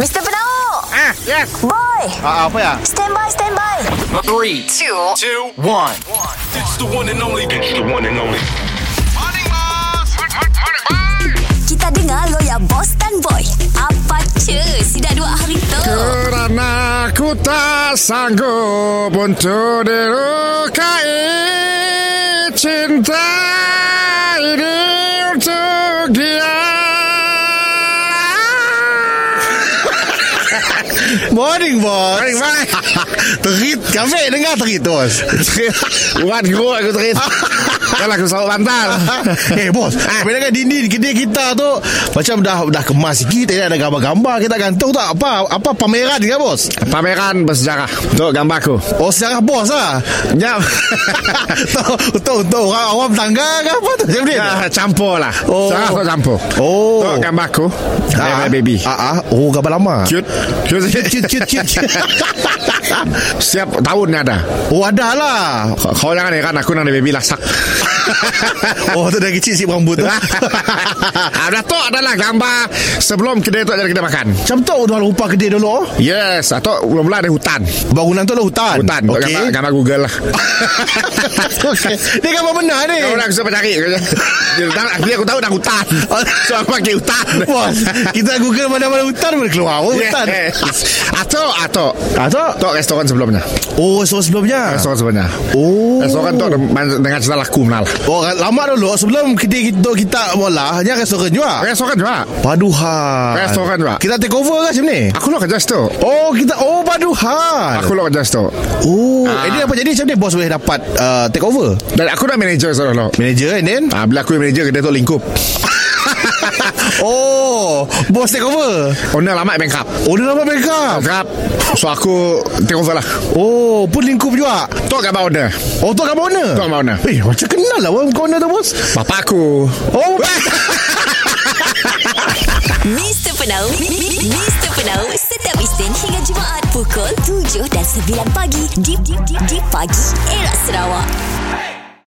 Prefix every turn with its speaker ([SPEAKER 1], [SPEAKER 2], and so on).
[SPEAKER 1] Mr. Penau
[SPEAKER 2] Ah, yes.
[SPEAKER 1] Boy
[SPEAKER 2] Ah, ah, apa ya?
[SPEAKER 1] Stand by, stand by
[SPEAKER 3] Three, two, two, one.
[SPEAKER 4] It's the one and only. It's the one and only.
[SPEAKER 1] Kita dengar lo ya Boss dan Boy Apa cuy Sudah dua hari tu
[SPEAKER 5] Kerana ku tak sanggup untuk dilukai Cinta ini untuk dia
[SPEAKER 2] Morning, boss.
[SPEAKER 5] Baik, baik
[SPEAKER 2] Terit. Kafe dengar terit, bos.
[SPEAKER 5] Buat geruk aku terit Kalau aku sawak bantal
[SPEAKER 2] eh, bos.
[SPEAKER 5] Ah.
[SPEAKER 2] Bila kan dinding kedai kita tu macam dah dah kemas sikit, eh, ada gambar-gambar kita gantung tak apa apa pameran ke, bos?
[SPEAKER 5] Pameran bersejarah Untuk gambar aku
[SPEAKER 2] Oh, sejarah bos lah.
[SPEAKER 5] Jam
[SPEAKER 2] Tahu tahu tahu orang awam tangga ke apa tu? Macam ni.
[SPEAKER 5] Ya, campur lah
[SPEAKER 2] Oh.
[SPEAKER 5] Sejarah aku campur
[SPEAKER 2] Oh.
[SPEAKER 5] Untuk gambar aku
[SPEAKER 2] Ah,
[SPEAKER 5] Baby, baby
[SPEAKER 2] Ah, ah. Oh, gambar lama.
[SPEAKER 5] Cute Cute
[SPEAKER 2] cute, cute, cute.
[SPEAKER 5] Setiap tahun ni ada
[SPEAKER 2] oh, ada lah.
[SPEAKER 5] Kau jangan heran aku nak ada baby lasak
[SPEAKER 2] Oh, tu dah kecil si rambut tu.
[SPEAKER 5] Ada tu adalah gambar Sebelum kedai tu jadi kedai makan
[SPEAKER 2] Macam tu dah rupa kedai dulu.
[SPEAKER 5] Yes Atau mula-mula ada hutan
[SPEAKER 2] Bangunan tu lah hutan.
[SPEAKER 5] Hutan okay.
[SPEAKER 2] Okey.
[SPEAKER 5] gambar, gambar Google lah
[SPEAKER 2] Okey. Dia gambar benar ni.
[SPEAKER 5] Kau nak susah cari Dia tak- Akhirnya aku tahu dah hutan So aku panggil hutan
[SPEAKER 2] Bos, kita google mana-mana hutan boleh keluar. Oh, hutan.
[SPEAKER 5] Yes. Atau Atau
[SPEAKER 2] Atau
[SPEAKER 5] Tok restoran sebelumnya
[SPEAKER 2] Oh, so sebelumnya.
[SPEAKER 5] Restoran sebelumnya
[SPEAKER 2] Oh.
[SPEAKER 5] Restoran tu dengan cerita laku menalah
[SPEAKER 2] Oh, lama dulu sebelum kita kita kita bola, dia restoran juga.
[SPEAKER 5] Restoran juga
[SPEAKER 2] Paduhan.
[SPEAKER 5] Restoran juga.
[SPEAKER 2] Kita take over ke macam ni?
[SPEAKER 5] Aku lo kerja situ
[SPEAKER 2] Oh, kita oh paduhan.
[SPEAKER 5] Aku lo kerja situ
[SPEAKER 2] Oh,
[SPEAKER 5] Ah.
[SPEAKER 2] ah. jadi apa jadi macam ni bos boleh dapat uh, take over?
[SPEAKER 5] Dan aku dah manager seorang lo
[SPEAKER 2] Manager kan, and then
[SPEAKER 5] Ah, bila aku yang manager kedai tu lingkup
[SPEAKER 2] Oh, bos take over.
[SPEAKER 5] Owner lama bankrupt
[SPEAKER 2] Oh, dia dapat backup.
[SPEAKER 5] Bankrupt So aku Take over lah
[SPEAKER 2] Oh, pun lingkup juga.
[SPEAKER 5] Tok gambar owner
[SPEAKER 2] Oh, tu kat mana?
[SPEAKER 5] Tok gambar owner
[SPEAKER 2] Eh, macam kenal lah orang corner tu bos.
[SPEAKER 5] Bapak aku
[SPEAKER 2] Oh,
[SPEAKER 1] Mr. Penau Mr. Penau Setiap Isnin hingga Jumaat Pukul 7 dan 9 pagi Di, di, di, di pagi Era Sarawak